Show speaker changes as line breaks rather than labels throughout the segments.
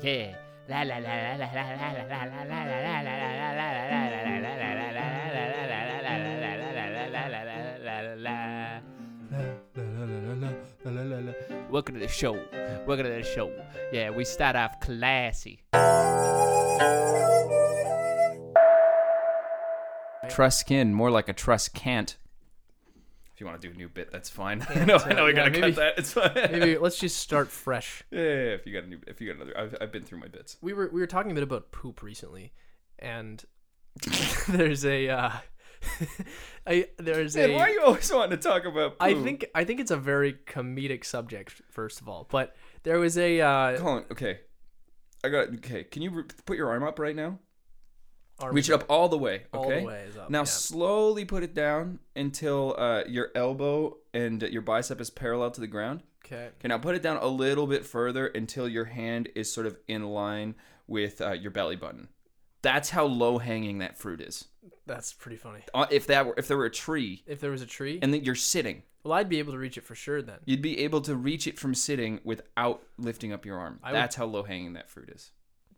K. La la la la la la la la la la la la la la la la la la la Welcome to the show. Welcome to the show. Yeah, we start off classy.
Truskin, more like a Truscant. If you want to do a new bit, that's fine. I know, I know, I
yeah,
gotta
maybe-
cut that. It's fine.
Maybe let's just start fresh.
Yeah, yeah, yeah, if you got a new, if you got another, I've, I've been through my bits.
We were we were talking a bit about poop recently, and there's a uh, I there's
Man,
a
why are you always wanting to talk about? Poop?
I think I think it's a very comedic subject first of all, but there was a uh,
Colin, okay, I got okay. Can you re- put your arm up right now?
arm-
Reach it up all the way. Okay.
all the way is up.
Now
yeah.
slowly put it down until uh, your elbow and your bicep is parallel to the ground.
okay,
Okay, now put it down a little bit further until your hand is sort of in line with uh, your belly button. That's how low hanging that fruit is.
that's pretty funny.
Uh, If that were if there were a tree
If there was a tree,
and that you're sitting,
well, I'd be able to reach it for sure then.
you'd be able to reach it from sitting without lifting up your arm.
I would-
That's how low hanging that fruit is.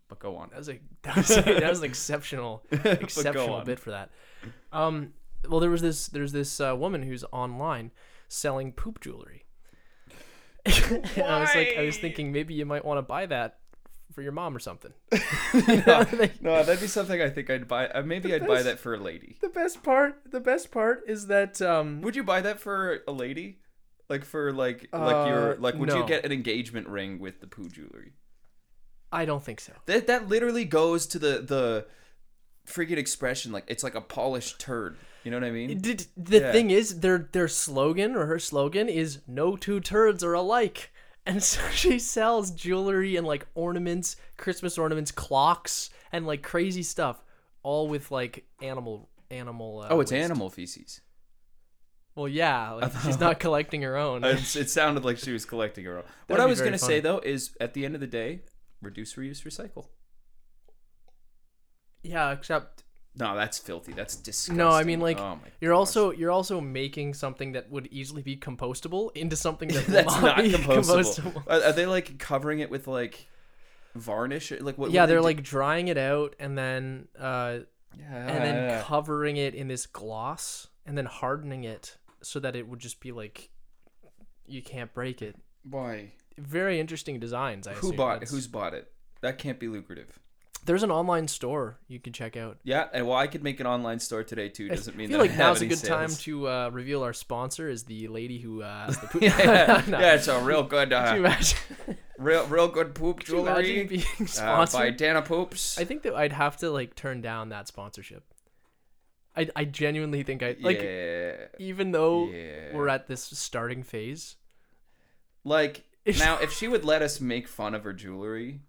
But go on.
That was a that was, that was an exceptional exceptional
on.
bit for that. Um, well, there was this there's this uh, woman who's online selling poop jewelry. and I was like, I was
Why?
thinking maybe you might want to buy that for your mom or something.
No, that'd be something I think I'd buy. Uh, maybe I'd buy that for a lady.
The best part, the best part is that um,
Would you buy that for a lady? Like for like like your
Uh,
like would
no.
you get an engagement ring with the poo jewelry?
I don't think so.
That that literally goes to the the freaking expression like it's like a polished turd. You know what I mean?
Did, the
Mm. Yeah.
thing is, their their slogan or her slogan is "No two turds are alike," and so she sells jewelry and like ornaments, Christmas ornaments, clocks, and like crazy stuff, all with like animal animal. Uh,
Oh, it's
waste.
animal feces.
Well, yeah, like, she's not collecting her own.
It's, it sounded like she was collecting her own. What
That'd
I
be
was
very
gonna
funny.
say though is at the end of the day, reduce, reuse, recycle.
yeah, except
No, that's filthy. That's disgusting.
no, I mean like
oh my
you're
gosh.
also you're also making something that would easily be compostable into something that will
that's not
be
composable. Are, are they like covering it with like varnish? Like what?
Yeah,
what do
they're
they
like drying it out and then uh
do? Oh, yeah,
and then covering it in this gloss and then hardening it so that it would just be like you can't break it.
why?
Very interesting designs. I
Who
assume.
bought?
That's-
Who's bought it? That can't be lucrative.
There's an online store you can check out.
Yeah, and well, I could make an online store today too. Doesn't mean
I feel
that
like
I have
now's a
any
good time
sales.
to uh, reveal our sponsor is the lady who uh, has the poop.
yeah,
No.
yeah, it's a real good,
Could you
uh,
imagine,
real, real good poop
could you imagine
jewelry
being
uh, by
sponsored?
Dana Poops.
I think that I'd have to like turn down that sponsorship. I I genuinely think I like
yeah,
even though
yeah.
we're at this starting phase.
like now, if she would let us make fun of her jewelry,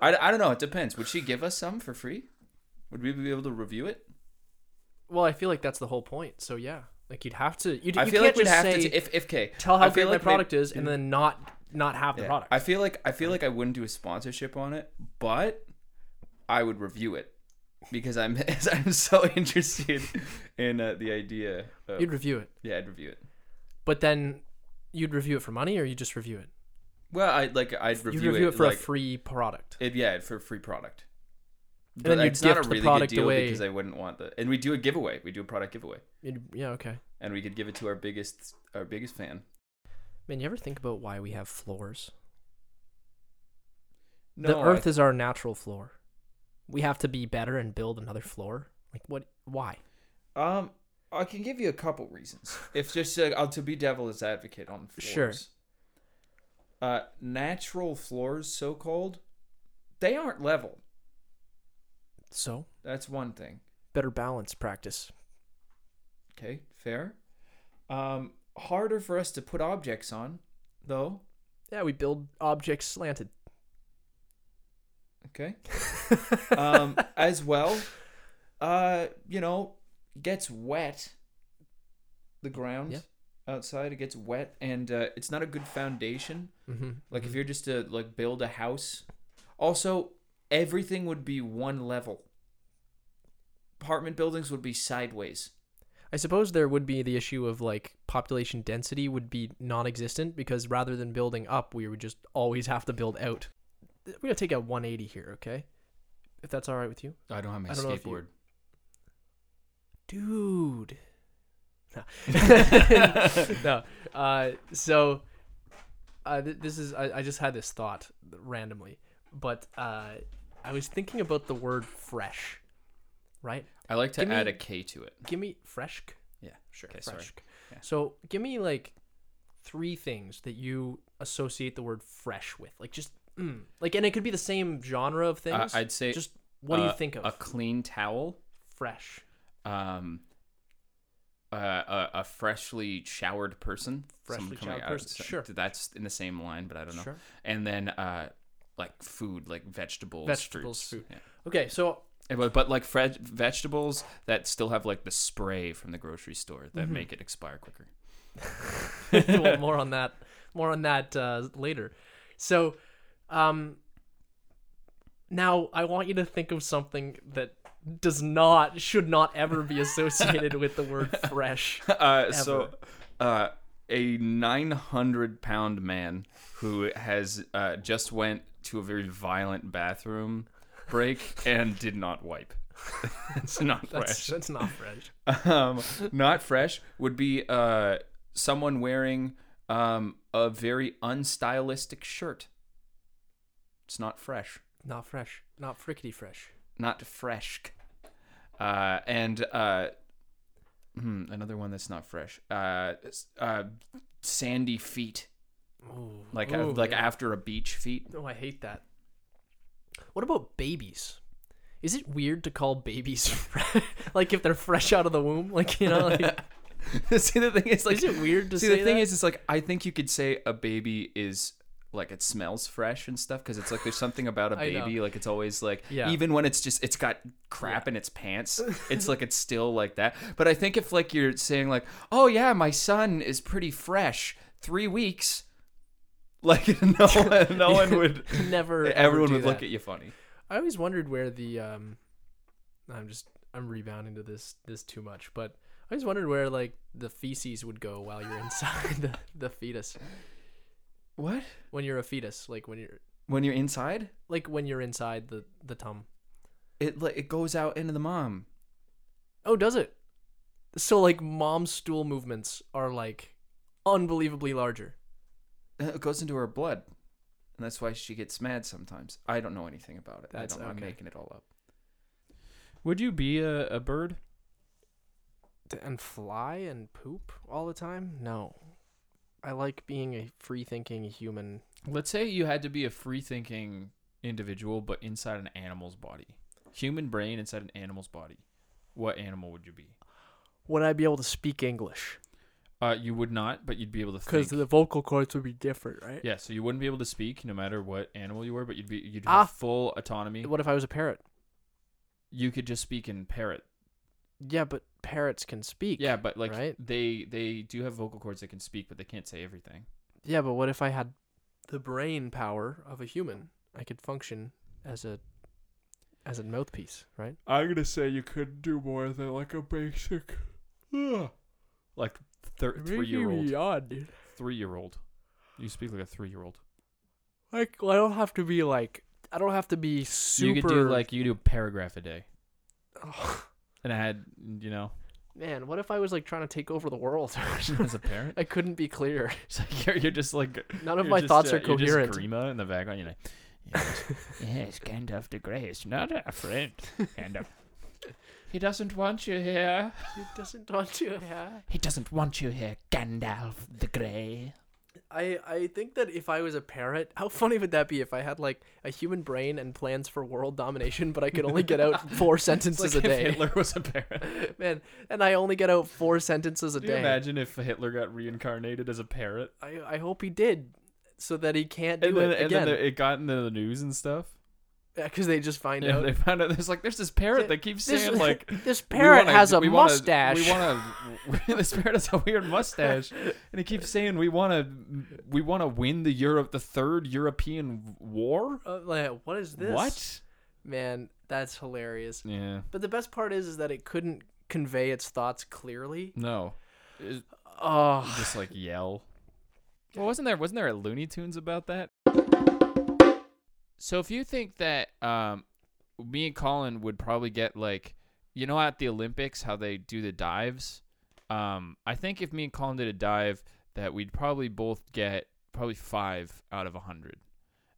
I, I don't know. It depends. Would she give us some for free? Would we be able to review it?
Well, I feel like that's the whole point. So yeah, like you'd have to. You'd,
I
you
feel like
can't
we'd
just
have
say,
to t- if if okay.
tell how
I feel
great my
like may-
product is, and then not not have the
Yeah.
product.
I feel like I feel like I wouldn't do a sponsorship on it, but I would review it because I'm I'm so interested in uh, the idea. Of,
you'd review it,
yeah, I'd review it.
but then you'd review it for money, or you just review it.
Well, I would like I'd
You
review,
would review it, for
like,
a free product.
it- yeah, for a free product. But
then you'd
it's not a
gift the
really good
product
deal
away.
because I wouldn't want the. And we do a giveaway. We do a product giveaway,
You'd- yeah, okay.
and we could give it to our biggest our biggest fan.
Man, you ever think about why we have floors?
No,
the
I-
Earth is our natural floor. We have to be better and build another floor. Like what? Why?
Um, I can give you a couple reasons. If just uh, I'll- to be devil's advocate on
Sure.
floors. Uh, natural floors, so called, they aren't level.
So
That's one thing.
better balance practice.
Okay, fair. Um, harder for us to put objects on, though.
Yeah, we build objects slanted.
Okay. Um, as well, uh, you know, gets wet. The ground
Yeah.
outside it gets wet, and uh, it's not a good foundation.
mm-hmm.
Like if you're just to like build a house. Also, everything would be one level. Apartment buildings would be sideways.
I suppose there would be the issue of like population density would be non existent because rather than building up, we would just always have to build out. we're gonna take a 180 here, okay? If that's all right with you,
I don't have my
I don't know if you-
skateboard.
dude. No. no. Uh, so uh, th- this is I, I just had this thought randomly, but uh, I was thinking about the word fresh, right?
I like to
Give me-
add a K to it.
Give me fresh.
Yeah, sure. Okay, sorry.
Fresh. So give me like three things that you associate the word fresh with, like just mm, like, and it could be the same genre of
Uh,
things.
I'd say
just what do you
uh,
think of
a clean towel,
fresh,
um, uh, a, a freshly showered person, someone
Freshly
coming
showered
out-
person, sure.
That's in the same line, but I don't know.
Sure.
And then uh, like food, like vegetables,
vegetables,
fruits.
food?
Yeah.
Okay, so
And But, but like fred- vegetables that still have like the spray from the grocery store that
Mm-hmm.
make it expire quicker.
well, more on that more on that uh, later so um now i want you to think of something that does not should not ever be associated with the word fresh
uh, so uh, a 900 pound man who has uh, just went to a very violent bathroom break and did not wipe it's not fresh
that's, that's not fresh
um, not fresh would be uh, someone wearing um, a very unstylistic shirt it's not fresh
not fresh not frickety fresh
not fresh. Uh, and uh, hmm, another one that's not fresh. Uh, s- uh, sandy feet,
Ooh.
like uh,
Ooh,
like
yeah.
after a beach feet.
oh i hate that what about babies is it weird to call babies fre- like if they're fresh out of the womb like you know like,
see the thing is like
is it weird to
see
say
the thing
that?
is it's like I think you could say a baby is like it smells fresh and stuff because it's like there's something about a
I know.
baby like it's always like
Yeah.
even when it's just it's got crap in its pants it's like it's still like that but i think if like you're saying like oh yeah my son is pretty fresh three weeks like no one, no one would
never ever
everyone
do
would look
that.
at you funny
I always wondered where the um I'm just I'm rebounding to this this too much, but I always wondered where like the feces would go while you're inside the, the fetus.
what
When you're a fetus, like when you're
when you're inside
like when you're inside the the tum.
it like it goes out into the mom
Oh, does it? So like mom's stool movements are like unbelievably larger.
Uh, it goes into her blood and that's why she gets mad sometimes i don't know anything about it
That's
i don't i'm
okay.
making it all up
Would you be a, a bird?
And fly and poop all the time? No. I like being a free thinking human.
Let's say you had to be a free thinking individual, but inside an animal's body. Human brain inside an animal's body. What animal would you be?
Would I be able to speak English?
Uh, you would not, but you'd be able to think.
vocal cords would be different, right?
yeah, so you wouldn't be able to speak no matter what animal you were, but you'd be you'd
Ah.
have full autonomy.
What if I was a parrot?
You could just speak in parrot.
Yeah, but parrots can speak.
Yeah, but like
right?
they they do have vocal cords that can speak, but they can't say everything.
Yeah, but what if I had the brain power of a human? I could function as a as a mouthpiece, right?
I'm gonna say you couldn't do more than like a basic, like thir- three year old,
dude.
three year old. You speak like a three year old.
Like I don't have to be like I don't have to be
So
super
you could do like you could do a paragraph a day,
Ugh.
and I had you know
man, what if I was like trying to take over the world?
as a parent,
I couldn't be clear.
it's like you're, you're just like
None of
you're
my
just,
thoughts
uh,
are
you're just
coherent.
Grima in the background, you're like, yes, yes, Gandalf the Grey is not our friend. Gandalf, he doesn't want you here.
It doesn't want to yeah.
He doesn't want you here, Gandalf the Grey.
I I think that if I was a parrot, how funny would that be if I had like a human brain and plans for world domination, but I could only get out four sentences a day.
Hitler was a parrot.
Man, and I only get out four sentences a
Can you
day.
imagine if Hitler got reincarnated as a parrot?
I I hope he did, so that he can't do
And then,
it
and then
again
it got into the news and stuff.
because they just find
Yeah,
out.
they found out there's like there's this parrot that keeps
this,
saying like
this
"We
parrot
wanna-
has a
we wanna-
mustache.
we want to. this parrot has a weird mustache, and he keeps saying we want to. We want to win the Europe, the third European war.
Uh, like, what is this?
What?
Man, that's hilarious.
Yeah.
But the best part is, is that it couldn't convey its thoughts clearly.
No. It-
Oh,
just like yell. Well, wasn't there wasn't there a Looney Tunes about that?
So if you think that um, me and Colin would probably get like, you know, at the Olympics how they do the dives, um, I think if me and Colin did a dive, that we'd probably both get probably five out of a hundred.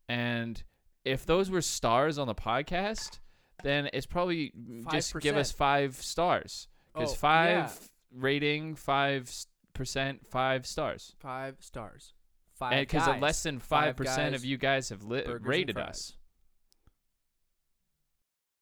And if those were stars on the podcast, then it's probably just give us
5%.
five stars because
Oh,
five
yeah.
rating, five s- percent, five stars.
Five stars. Five
Because
guys.
less than
Five
five percent
guys,
of you guys have li-
burgers and
rated
fries.
us.